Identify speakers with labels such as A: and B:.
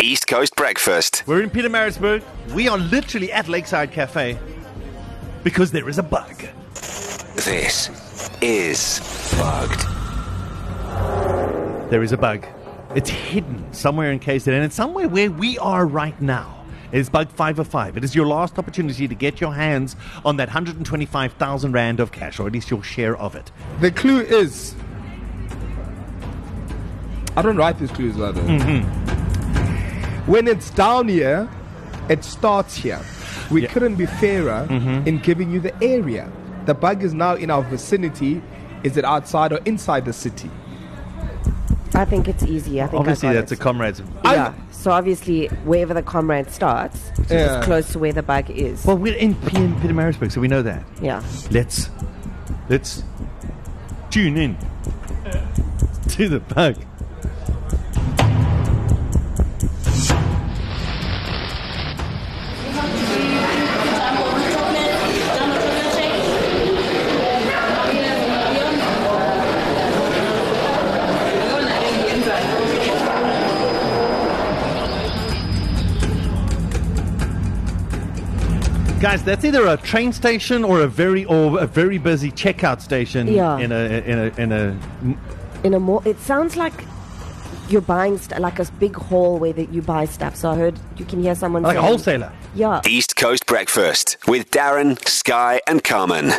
A: East Coast Breakfast.
B: We're in Peter Marisburg. We are literally at Lakeside Cafe because there is a bug.
A: This is Bugged.
B: There is a bug. It's hidden somewhere in KZN, and it's somewhere where we are right now. It is bug 505. It is your last opportunity to get your hands on that 125,000 Rand of cash, or at least your share of it.
C: The clue is. I don't write these clues, by the way. When it's down here, it starts here. We couldn't be fairer in giving you the area. The bug is now in our vicinity. Is it outside or inside the city?
D: I think it's easy. I think
B: Obviously,
D: I got
B: that's a
D: it.
B: comrade's.
C: I-
D: yeah. So obviously, wherever the comrade starts, it's
C: Yeah.
D: close to where the bug is.
B: Well, we're in P- in Peter Marisburg, so we know that.
D: yeah.
B: Let's let's tune in to the bug. Guys, that's either a train station or a very or a very busy checkout station
D: Yeah.
B: in a in a in a
D: In a more, it sounds like you're buying st- like a big hall where that you buy stuff. So I heard you can hear someone
B: like a
D: saying-
B: wholesaler.
D: Yeah.
A: East Coast Breakfast with Darren, Sky, and Carmen.